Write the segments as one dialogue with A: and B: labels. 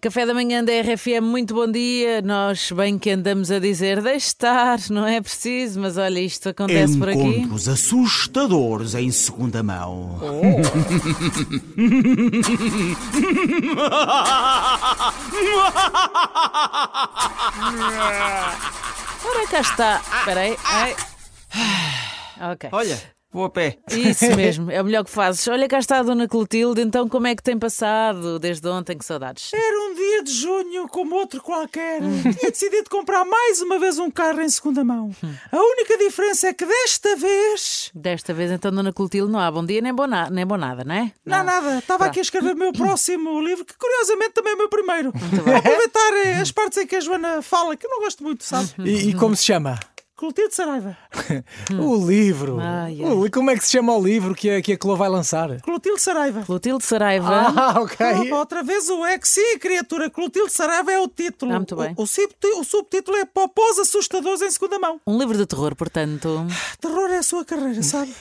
A: Café da manhã da RFM, muito bom dia. Nós bem que andamos a dizer, deixe estar, não é preciso, mas olha, isto acontece por aqui.
B: Encontros assustadores em segunda mão.
A: Oh. Ora, cá está. Espera aí. Ai. Ah, Ok.
C: Olha, vou a pé.
A: Isso mesmo, é o melhor que fazes. Olha, cá está a Dona Clotilde, então como é que tem passado desde ontem? Que saudades.
C: Era um dia de junho como outro qualquer. Tinha decidido comprar mais uma vez um carro em segunda mão. A única diferença é que desta vez.
A: Desta vez, então, Dona Clotilde, não há bom dia nem bom, na- nem bom nada, não é?
C: Não, nada. Estava aqui a escrever o meu próximo livro, que curiosamente também é o meu primeiro. Vou aproveitar eh, as partes em que a Joana fala, que eu não gosto muito, sabe?
A: Uhum.
D: E, e como se chama?
C: Clotilde Saraiva.
D: O livro.
C: Ah,
A: Ai, ai.
D: O li- como é que se chama o livro que a, que a Clô vai lançar?
C: Clotilde Saraiva.
A: Clotilde Saraiva.
D: Ah, ok.
C: Opa, outra vez o é que sim, criatura. Clotilde Saraiva é o título.
A: Ah, muito bem.
C: O, o subti- o subtítulo é Popós Assustadores em Segunda Mão.
A: Um livro de terror, portanto.
C: Terror é a sua carreira, sabe?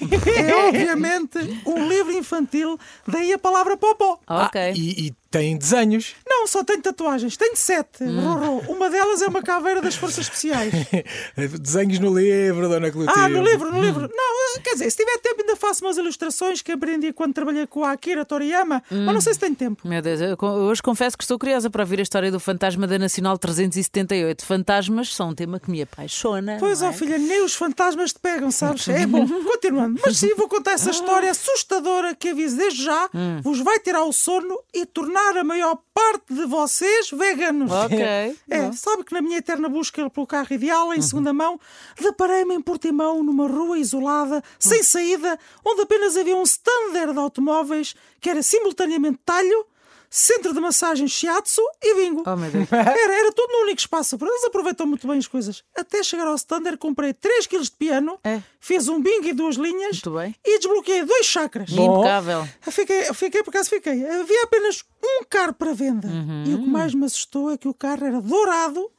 C: É obviamente um livro infantil, daí a palavra popó.
A: Ok.
D: Ah, e, e tem desenhos.
C: Não, só tenho tatuagens, tenho sete. Rorô. Uma delas é uma caveira das Forças Especiais.
D: desenhos no livro, Dona Clotilde.
C: Ah, no livro, no livro. Não, eh, quer dizer, se tiver tempo ainda faço umas ilustrações que aprendi quando trabalhei com a Akira Toriyama, mas não sei se tenho tempo.
A: Meu Deus, eu co- eu hoje confesso que estou curiosa para ouvir a história do fantasma da Nacional 378. Fantasmas são um tema que me apaixona.
C: Pois,
A: não
C: ó
A: é?
C: filha, nem os fantasmas te pegam, sabes? É bom, continuando. Mas sim, vou contar
A: Ah.
C: essa história assustadora que aviso desde já,
A: Hum.
C: vos vai tirar o sono e tornar a maior parte de vocês veganos.
A: Ok.
C: É, sabe que na minha eterna busca pelo carro ideal, em
A: Uhum.
C: segunda mão, deparei-me em Portimão, numa rua
A: Hum.
C: isolada, sem saída, onde apenas havia um standard de automóveis que era simultaneamente talho, centro de massagem shiatsu e bingo.
A: Oh, meu Deus.
C: Era, era tudo num único espaço. Por eles aproveitam muito bem as coisas. Até chegar ao standard, comprei 3 kg de piano,
A: É.
C: fiz um bingo e duas linhas
A: Muito bem.
C: e desbloqueei dois chakras.
A: Impecável.
C: Eu Fiquei, eu fiquei, por acaso fiquei. Havia apenas um carro para venda.
A: Uhum.
C: E o que mais me assustou é que o carro era dourado,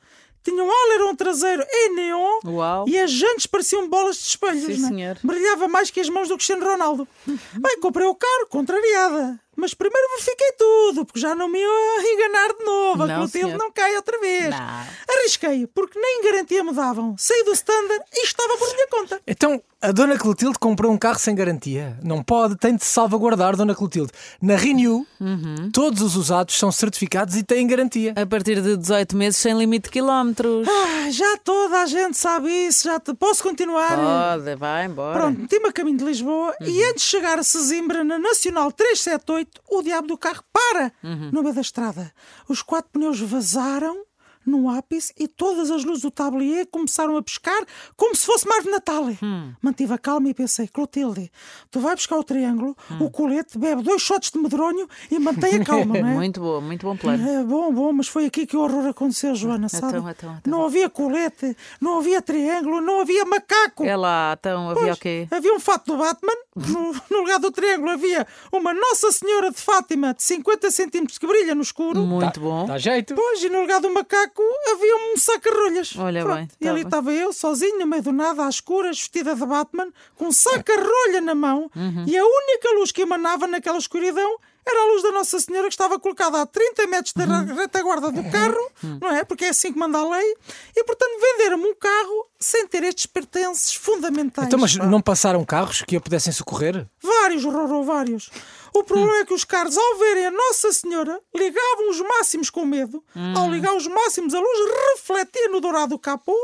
C: tinha um aileron traseiro em neon
A: Uau.
C: e as jantes pareciam bolas de espelhos.
A: Sim,
C: não é?
A: senhor. Uhum.
C: Brilhava mais que as mãos do Cristiano Ronaldo. Bem, comprei o carro, contrariada. Mas primeiro verifiquei tudo, porque já não me ia enganar de novo.
A: Não,
C: a Clotilde
A: senhor.
C: não cai outra vez.
A: Não.
C: Arrisquei, porque nem garantia me davam. Saí do standard e estava por minha conta.
D: Então, a Dona Clotilde comprou um carro sem garantia. Não pode, tem de se salvaguardar, Dona Clotilde. Na Renew,
C: Uhum.
D: todos os usados são certificados e têm garantia.
C: É
A: A partir de 18 meses, sem limite de quilómetros.
C: Ah, já toda a gente sabe isso. Já te... Posso continuar?
A: Pode, vai embora.
C: Ah, Pronto, meti-me a caminho de Lisboa e
A: Uhum.
C: antes de chegar a Sesimbra, na Nacional 378, o diabo do carro para
A: Uhum.
C: no meio da estrada. Os quatro pneus vazaram no ápice e todas as luzes do tablier começaram a pescar como se fosse mar de Natal.
A: Hum.
C: Mantive a calma e pensei, Clotilde, tu vais buscar o triângulo,
A: Hum.
C: o colete, bebe dois shots de medronho e mantém a calma, não é?
A: Muito bom, muito bom plano.
C: É bom, bom, mas foi aqui que o horror aconteceu, Joana, sabe?
A: então, então.
C: Não havia colete, não havia triângulo, não havia macaco.
A: É lá, então, havia o quê?
C: Havia um fato do Batman, no, no lugar do triângulo havia uma Nossa Senhora de Fátima de 50 centímetros que brilha no escuro.
A: Muito bom.
C: Tá.
D: Dá Tá, jeito.
C: Pois, e no lugar do macaco havia um sacarrolhas.
A: Olha
C: Pronto,
A: bem,
C: E
A: tá
C: ali
A: bem.
C: estava eu, sozinho, no meio do nada, às escuras, vestida de Batman, com um sacarrolha na mão,
A: Uhum.
C: e a única luz que emanava naquela escuridão era a luz da Nossa Senhora que estava colocada a 30 metros da
A: Uhum.
C: ra- retaguarda do carro, não é? Porque é assim que manda a lei. E, portanto, venderam-me um carro sem ter estes pertences fundamentais.
D: Então, mas
C: pá.
D: não passaram carros que a pudessem socorrer?
C: Vários, Rorô, vários. O problema é que os carros, ao verem a Nossa Senhora, ligavam os máximos com medo. Ao ligar os máximos, a luz refletia no dourado do capô.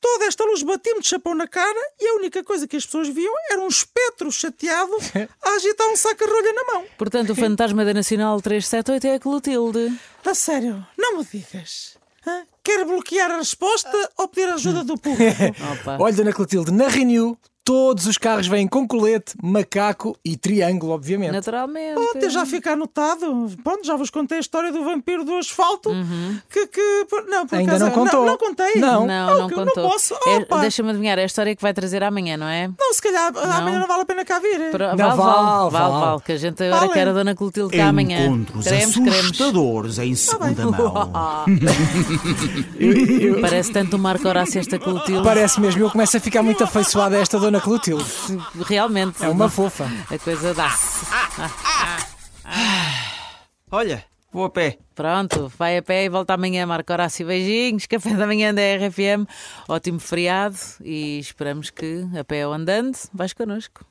C: Toda esta luz batia-me de chapão na cara e a única coisa que as pessoas viam era um espectro chateado a agitar um saca-rolha na mão.
A: Portanto, o fantasma da Nacional 378 é a Clotilde.
C: A sério, não me digas. Hã? Quer bloquear a resposta ou pedir ajuda do público?
A: Opa.
D: Olha, Dona Clotilde, na Renew todos os carros vêm com colete, macaco e triângulo, obviamente.
A: Naturalmente.
C: Ontem já fica anotado. Pronto, já vos contei a história do vampiro do asfalto. Que, que- Não, por
D: Uhum. Ainda
C: acaso-
D: não contou.
C: Não, contei.
D: Não.
A: Não, não
C: que eu
A: contou.
C: Não posso.
A: É,
C: Opa.
A: Deixa-me adivinhar, é a história que vai trazer amanhã, não é?
C: Não, se calhar amanhã não vale a pena cá vir.
A: Pro-
D: Não,
A: vale,
D: vale,
A: vale,
D: vale.
A: vale, que a gente agora
C: Vale.
A: quer a Dona Clotilde cá amanhã. Tá
B: Encontros
A: Queremos, queremos.
B: assustadores em segunda mão.
A: Parece tanto o Marco Horácio esta Clotilde.
D: Parece mesmo, eu começo a ficar muito afeiçoada a esta Dona Clotilde.
A: Realmente.
D: É uma fofa.
A: A coisa dá-se.
C: Olha,
B: Vou a pé.
A: Pronto, vai a pé e volta amanhã, Marco Horácio. Beijinhos, café da manhã da RFM. Ótimo feriado e esperamos que, a pé ou andando, vais connosco.